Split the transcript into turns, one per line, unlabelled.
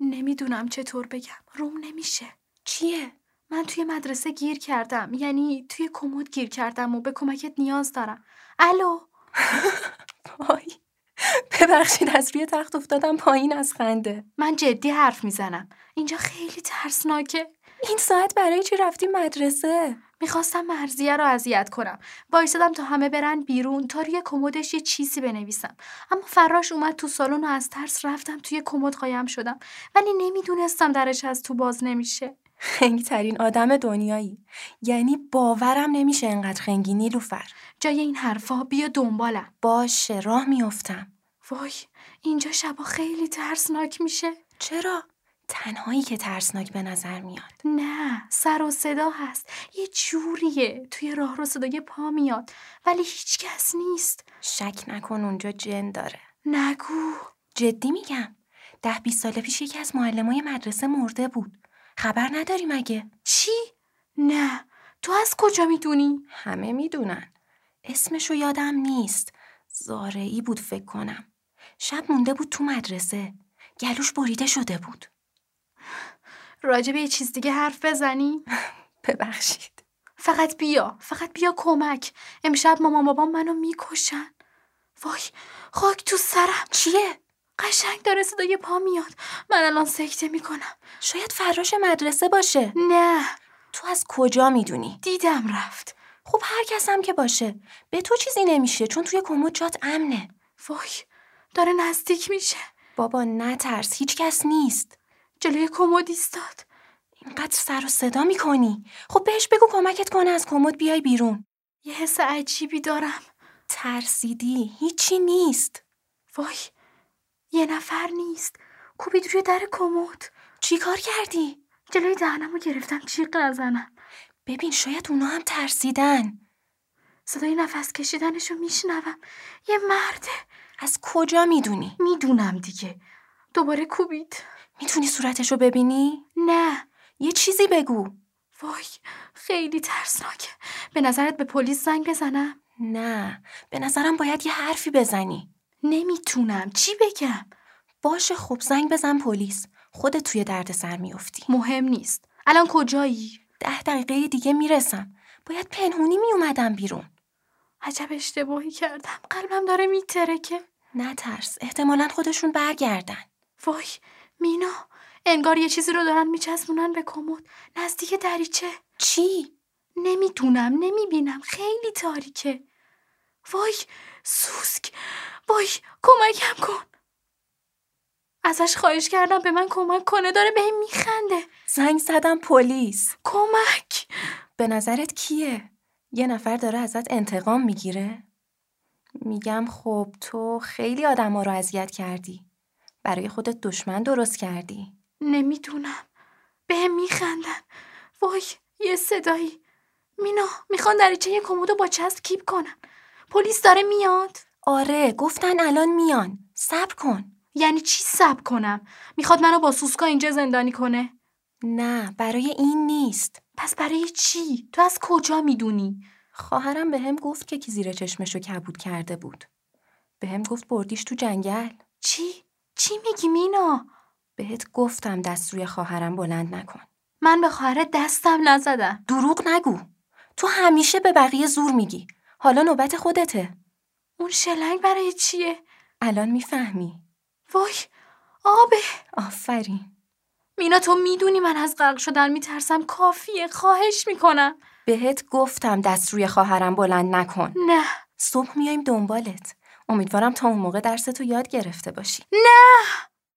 نمیدونم چطور بگم روم نمیشه چیه من توی مدرسه گیر کردم یعنی توی کمد گیر کردم و به کمکت نیاز دارم الو
وای ببخشید از روی تخت افتادم پایین از خنده
من جدی حرف میزنم اینجا خیلی ترسناکه
این ساعت برای چی رفتی مدرسه
میخواستم مرزیه رو اذیت کنم وایسادم تا همه برن بیرون تا روی کمدش یه چیزی بنویسم اما فراش اومد تو سالن و از ترس رفتم توی کمد قایم شدم ولی نمیدونستم درش از تو باز نمیشه
خنگ ترین آدم دنیایی یعنی باورم نمیشه انقدر خنگی نیلوفر
جای این حرفها بیا دنبالم
باشه راه میافتم
وای اینجا شبا خیلی ترسناک میشه
چرا تنهایی که ترسناک به نظر میاد
نه سر و صدا هست یه جوریه توی راه رو صدای پا میاد ولی هیچ کس نیست
شک نکن اونجا جن داره
نگو
جدی میگم ده بیست سال پیش یکی از معلمای مدرسه مرده بود خبر نداری مگه
چی؟ نه تو از کجا میدونی؟
همه میدونن اسمشو یادم نیست زارعی بود فکر کنم شب مونده بود تو مدرسه گلوش بریده شده بود
راجع به یه چیز دیگه حرف بزنی؟
ببخشید
فقط بیا فقط بیا کمک امشب مامان بابام منو میکشن وای خاک تو سرم
چیه
قشنگ داره صدای پا میاد من الان سکته میکنم
شاید فراش مدرسه باشه
نه
تو از کجا میدونی
دیدم رفت
خب هر کس هم که باشه به تو چیزی نمیشه چون توی کمد جات امنه
وای داره نزدیک میشه
بابا نترس هیچ کس نیست
جلوی کمد ایستاد
اینقدر سر و صدا میکنی خب بهش بگو کمکت کنه از کمد بیای بیرون
یه حس عجیبی دارم
ترسیدی هیچی نیست
وای یه نفر نیست کوبید روی در کمد
چی کار کردی
جلوی دهنم رو گرفتم چیق نزنم
ببین شاید اونا هم ترسیدن
صدای نفس کشیدنشو میشنوم یه مرده
از کجا میدونی
میدونم دیگه دوباره کوبید
میتونی صورتشو ببینی
نه
یه چیزی بگو
وای خیلی ترسناکه به نظرت به پلیس زنگ بزنم
نه به نظرم باید یه حرفی بزنی
نمیتونم چی بگم
باشه خب زنگ بزن پلیس خودت توی دردسر میافتی
مهم نیست الان کجایی
ده دقیقه دیگه میرسم باید پنهونی میومدم بیرون
عجب اشتباهی کردم قلبم داره میترکه
نترس احتمالا خودشون برگردن
وای مینا انگار یه چیزی رو دارن میچسبونن به کمد نزدیک دریچه
چی
نمیتونم نمیبینم خیلی تاریکه وای سوسک وای کمکم کن ازش خواهش کردم به من کمک کنه داره بهم میخنده
زنگ زدم پلیس
کمک
به نظرت کیه یه نفر داره ازت انتقام میگیره میگم خب تو خیلی آدما رو اذیت کردی برای خودت دشمن درست کردی
نمیدونم بهم میخندن وای یه صدایی مینا میخوان دریچه کمدو با چسب کیپ کنن پلیس داره میاد
آره گفتن الان میان صبر کن
یعنی چی سب کنم میخواد منو با سوسکا اینجا زندانی کنه
نه برای این نیست
پس برای چی تو از کجا میدونی
خواهرم بهم گفت که کی زیر چشمشو کبود کرده بود بهم گفت بردیش تو جنگل
چی چی میگی مینا
بهت گفتم دست روی خواهرم بلند نکن
من به خواهرت دستم نزدم
دروغ نگو تو همیشه به بقیه زور میگی حالا نوبت خودته
اون شلنگ برای چیه
الان میفهمی
وای آبه
آفرین
مینا تو میدونی من از غرق شدن میترسم کافیه خواهش میکنم
بهت گفتم دست روی خواهرم بلند نکن
نه
صبح میایم دنبالت امیدوارم تا اون موقع درس تو یاد گرفته باشی